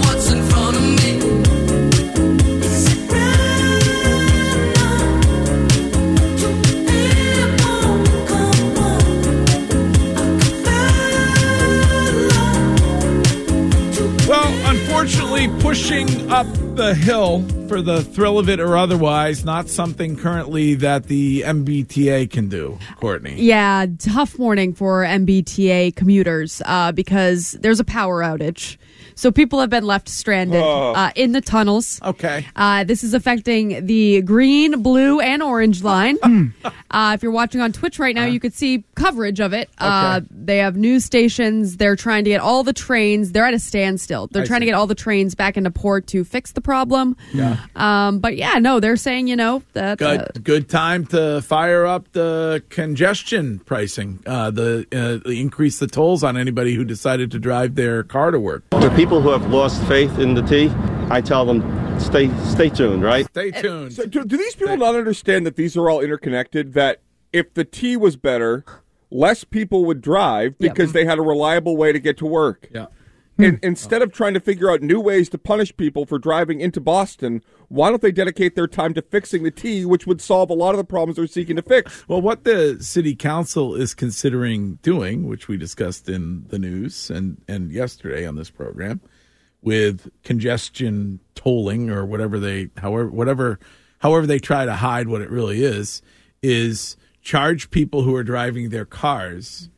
what's in front of me. Well, unfortunately, pushing up the hill for the thrill of it or otherwise, not something currently that the MBTA can do, Courtney. Yeah, tough morning for MBTA commuters uh, because there's a power outage. So people have been left stranded Oh. uh, in the tunnels. Okay. Uh, this is affecting the green, blue, and orange line. Hmm. uh, if you're watching on Twitch right now, you could see coverage of it. Uh, Uh. Okay. they have news stations. They're trying to get all the trains. They're at a standstill. They're I trying see. to get all the trains back into port to fix the problem. Yeah. Um, but yeah, no, they're saying, you know, that. Good, uh, good time to fire up the congestion pricing, uh, the uh, increase the tolls on anybody who decided to drive their car to work. The people who have lost faith in the tea, I tell them, stay, stay tuned, right? Stay tuned. So do, do these people not understand that these are all interconnected? That if the T was better, less people would drive because they had a reliable way to get to work. yeah. And instead of trying to figure out new ways to punish people for driving into Boston, why don't they dedicate their time to fixing the T, which would solve a lot of the problems they're seeking to fix? Well, what the city council is considering doing, which we discussed in the news and, and yesterday on this program, with congestion tolling or whatever they however whatever however they try to hide what it really is, is charge people who are driving their cars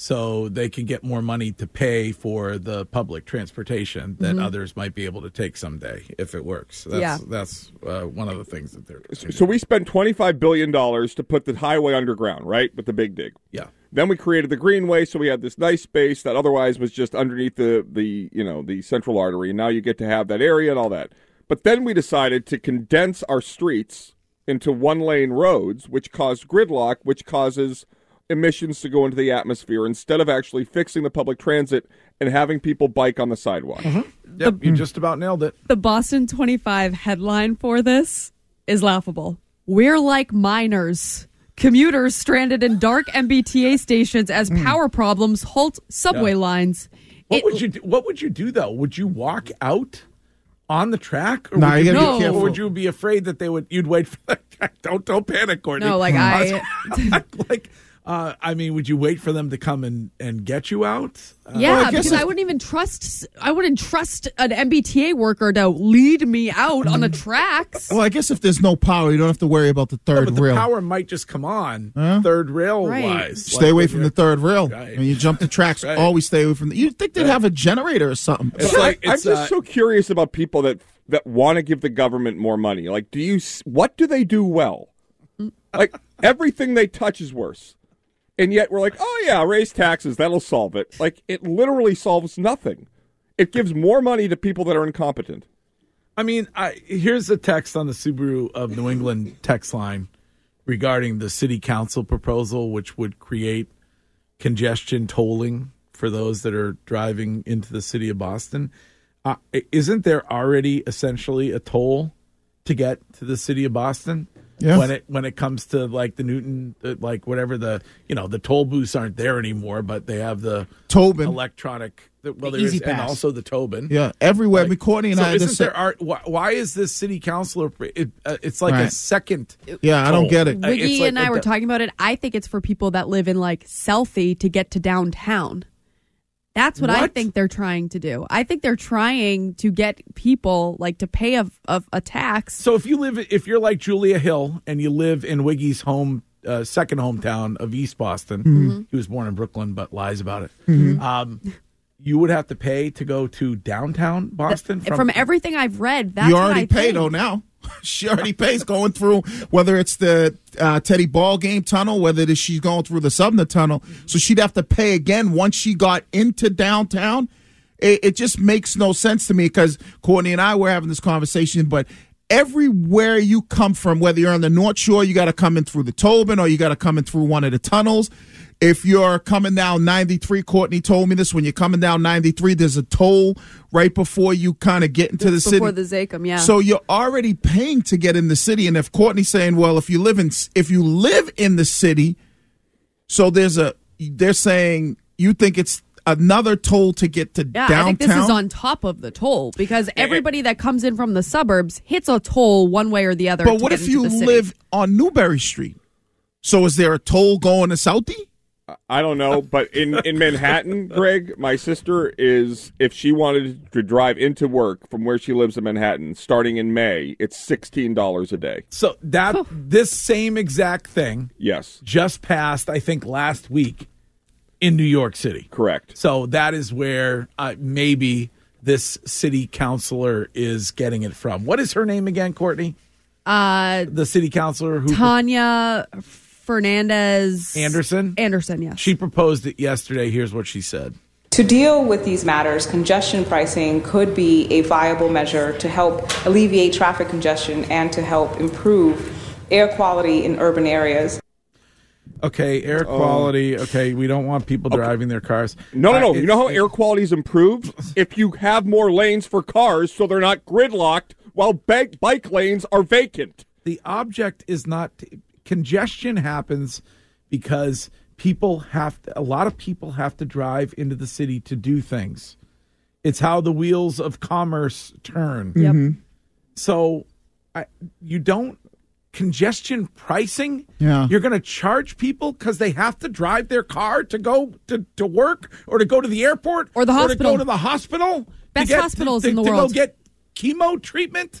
so they can get more money to pay for the public transportation that others might be able to take someday if it works. That's Yeah. that's uh, one of the things that they're So we spent twenty-five billion dollars to put the highway underground, right, with the big dig. yeah. Then we created the Greenway, so we had this nice space that otherwise was just underneath the, the you know the central artery, and now you get to have that area and all that. But then we decided to condense our streets into one lane roads, which caused gridlock, which causes emissions to go into the atmosphere instead of actually fixing the public transit and having people bike on the sidewalk. Yep, you just about nailed it. the Boston 25 headline for this is laughable. We're like miners. Commuters stranded in dark MBTA stations as power problems halt subway lines. What It- would you do? What would you do though? Would you walk out on the track? Or Nah, would you gotta be or careful. would you be afraid that they would? You'd wait for the track. Don't don't panic, Courtney. No, like, I- I like. Uh, I mean, would you wait for them to come and and get you out? Uh, yeah, Well, I guess because if- I wouldn't even trust. I wouldn't trust an MBTA worker to lead me out on the tracks. Well, I guess if there's no power, you don't have to worry about the third but the rail. power might just come on third rail wise. stay away from the third rail. Right. When you jump the tracks, Right. always stay away from the. You'd think they'd have a generator or something. It's I- like I'm it's just uh, so curious about people that that want to give the government more money. Like, do you s- what do they do well? Like everything they touch is worse, and yet we're like, oh yeah, raise taxes, that'll solve it. Like it literally solves nothing. It gives more money to people that are incompetent. I mean, I, here's a text on the Subaru of New England text line regarding the city council proposal, which would create congestion tolling for those that are driving into the city of Boston. Uh, i- isn't there already essentially a toll to get to the city of Boston? Yeah. When it when it comes to like the Newton, uh, like whatever the you know the toll booths aren't there anymore, but they have the Tobin. electronic. the, well, The there is, Easy and Pass. also the Tobin. Yeah, everywhere. Like, McCourtney and so I. had the isn't sa- there art? Why, why is this city councilor? It, uh, it's like a Right. second. yeah, I don't toll. get it. I- it's Wiggy like- and I it were do- talking about it. I think it's for people that live in like Southie to get to downtown. That's what, I What? think they're trying to do. I think they're trying to get people like to pay a, a, a tax. So if you live, if you're like Julia Hill and you live in Wiggy's home, uh, second hometown of East Boston, he was born in Brooklyn but lies about it. Um, you would have to pay to go to downtown Boston From, everything I've read, that's You what already I pay think. though now. She already pays going through whether it's the uh, Teddy Ball game tunnel, whether it is she's going through the Sumner tunnel. So she'd have to pay again once she got into downtown. It, it just makes no sense to me because Courtney and I were having this conversation, but everywhere you come from, whether you're on the North Shore, you got to come in through the Tobin or you got to come in through one of the tunnels. If you're coming down 93, Courtney told me this. When you're coming down 93, there's a toll right before you kind of get into the city. before the Zacum, yeah. So you're already paying to get in the city, and if Courtney's saying, "Well, if you live in if you live in the city," so there's a they're saying you think it's another toll to get to yeah, downtown. I think this is on top of the toll because everybody that comes in from the suburbs hits a toll one way or the other. but to what get if into you the city. live on Newberry Street? So is there a toll going to Southie? I don't know, but in, in Manhattan, Greg, my sister is if she wanted to drive into work from where she lives in Manhattan, starting in May, it's sixteen dollars a day. So that this same exact thing Yes, just passed, I think, last week in New York City. correct. So that is where uh, maybe this city councilor is getting it from. What is her name again, Courtney? uh, The city councilor who Tanya Fernandez Anderson. Anderson, yes. She proposed it yesterday. Here's what she said. To deal with these matters, congestion pricing could be a viable measure to help alleviate traffic congestion and to help improve air quality in urban areas. Okay, air quality. Okay, we don't want people driving their cars. Oh. Uh, No, no, no. You it's- know how it- air quality's improved if you have more lanes for cars, so they're not gridlocked while ba- bike lanes are vacant. the object is not congestion happens because people have to, a lot of people have to drive into the city to do things. It's how the wheels of commerce turn. Yep. So I, you don't congestion pricing. Yeah. You're going to charge people because they have to drive their car to go to, to work or to go to the airport Or the to hospital. go to the hospital. to Best get- hospitals to- in the to world. go get chemo treatment.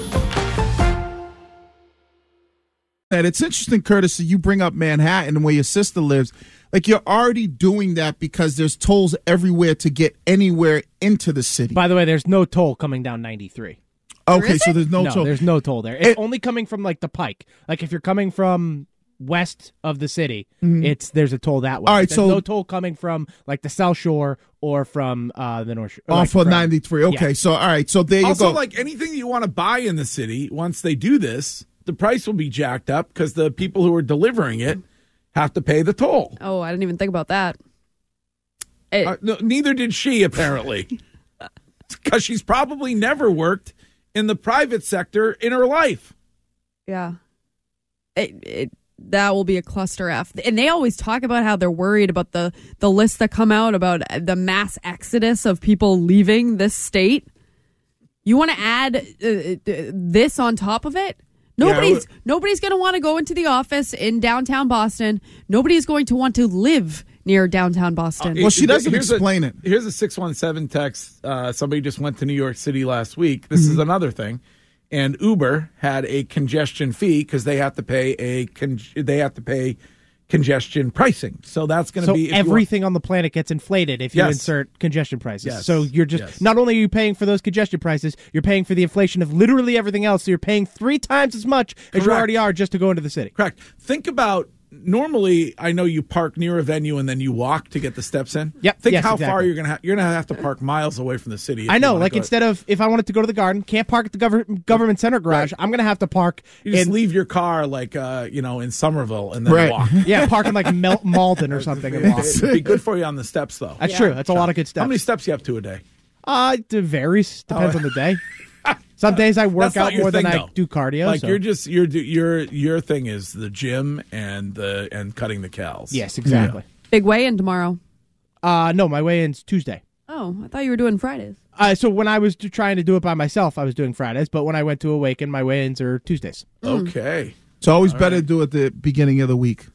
that. It's interesting, Curtis, that you bring up Manhattan where your sister lives. Like you're already doing that because there's tolls everywhere to get anywhere into the city. By the way, there's no toll coming down 93. okay, so there's no, No, toll. there's no toll there. It's It- only coming from like the pike. Like if you're coming from west of the city, it's there's a toll that way. Mm-hmm. All right, But there's so- no toll coming from like the south shore or from uh, the north shore. or, like, off of from- 93. Okay, Yeah. so all right, so there you also, go. like anything you want to buy in the city, once they do this, the price will be jacked up because the people who are delivering it have to pay the toll. Oh, I didn't even think about that. It- Uh, no, neither did she, apparently, because she's probably never worked in the private sector in her life. yeah. It, it that will be a cluster F. And they always talk about how they're worried about the the lists that come out about the mass exodus of people leaving this state. You want to add uh, uh, this on top of it? Nobody's nobody's going to want to go into the office in downtown Boston. Nobody's going to want to live near downtown Boston. Uh, Here's a- Here's a 617 text. Uh, somebody just went to New York City last week. This is another thing. And Uber had a congestion fee because they have to pay a con- they have to pay congestion pricing. So that's going to so be if you want- everything on the planet gets inflated if you Yes. insert congestion prices. Yes. So you're just Yes. not only are you paying for those congestion prices, you're paying for the inflation of literally everything else. So you're paying three times as much as you Correct. already are just to go into the city. Correct. Think about normally. I know you park near a venue and then you walk to get the steps in. Yep. Think Yes, how far exactly. you're gonna ha- you're gonna have to park miles away from the city. if I you know. wanna Like go- instead of if I wanted to go to the garden, can't park at the government government center garage. I'm gonna have to park you just in leave your car like uh, you know in Somerville and then walk. yeah, park in like Mel- Malden or something. And walk. It'd be good for you on the steps though. That's true. That's a lot of good How steps. many steps you have to a day? Uh, it varies. Depends on the day. Some days I work That's not out your more than thing, I though. do cardio. Like so- you're just your your your thing is the gym and the and cutting the cows. Yes, exactly. Big weigh in tomorrow. Uh, no, my weigh in's Tuesday. Oh, I thought you were doing Fridays. Uh, so when I was t- trying to do it by myself, I was doing Fridays. But when I went to Awaken, my weigh ins are Tuesdays. Okay. Mm. It's always All better to do it at the beginning of the week.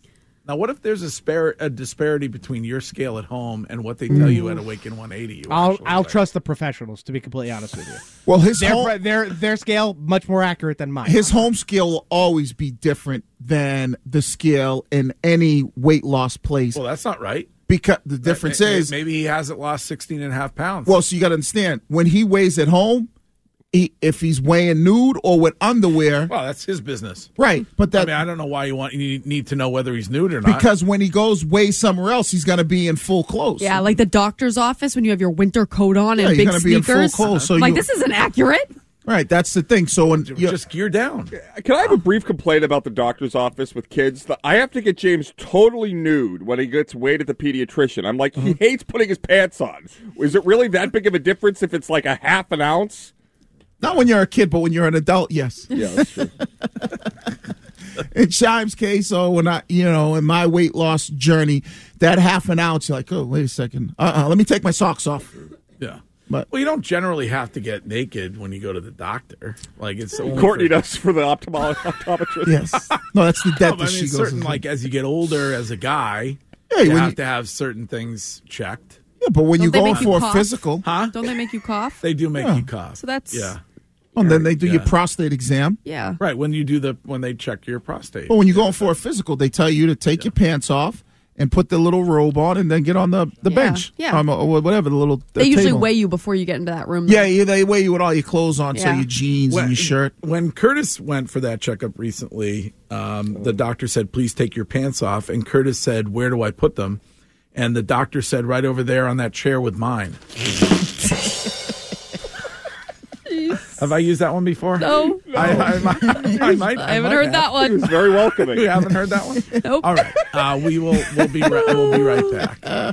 Now, what if there's a, spar- a disparity between your scale at home and what they tell Mm. you at Awaken 180? You I'll I'll trust the professionals to be completely honest with you. Well, his their, whole- pre- their their scale much more accurate than mine. His home scale will always be different than the scale in any weight loss place. Well, that's not right. because the difference May- may- is maybe he hasn't lost 16 and a half pounds. Well, so you got to understand when he weighs at home, he, if he's weighing nude or with underwear, Well, that's his business. right? But I that mean, I don't know why you want you need- need to know whether he's nude or not. because when he goes weigh somewhere else, he's going to be in full clothes. Yeah, like the doctor's office when you have your winter coat on Yeah, and you're big gonna be in full sneakers. clothes, so like you- this isn't accurate. right. That's the thing. So when just gear down. Can I have a brief complaint about the doctor's office with kids? The- I have to get James totally nude when he gets weighed at the pediatrician. I'm like, he hates putting his pants on. Is it really that big of a difference if it's like a half an ounce? not when you're a kid, but when you're an adult, yes. Yeah, that's true. in Shime's case, or when I, you know, in my weight loss journey, that half an ounce, you're like, oh, wait a second, uh, uh let me take my socks off. yeah. But Well, you don't generally have to get naked when you go to the doctor. Like it's only Courtney for- does for the optomo- optometrist. yes, no, that's the No, debt but that I mean, she goes. certain into. like as you get older as a guy, Yeah, you when have you- to have certain things checked. yeah, but when Don't you're they going make you for a cough? physical, Huh? Don't they make you cough? They do make Yeah. you cough. So that's- yeah, well, then they do your Yeah. prostate exam. yeah. right. When you do the when they check your prostate. Well, when you're going for a physical, they tell you to take your pants off and put the little robe on, and then get on the, the Yeah, bench, yeah. um, or whatever the little. They the usually table. weigh you before you get into that room. Yeah, yeah, they weigh you with all your clothes on, so Yeah. your jeans When- and your shirt. When Curtis went for that checkup recently, um, the doctor said, "Please take your pants off," and Curtis said, "Where do I put them?" And the doctor said, "Right over there on that chair with mine." Have I used that one before? No. I, I, might- I might- I haven't might heard have. that He one. was very welcoming. You haven't heard that one? Nope. All right. Uh, we will. We'll be. Right, we'll be right back.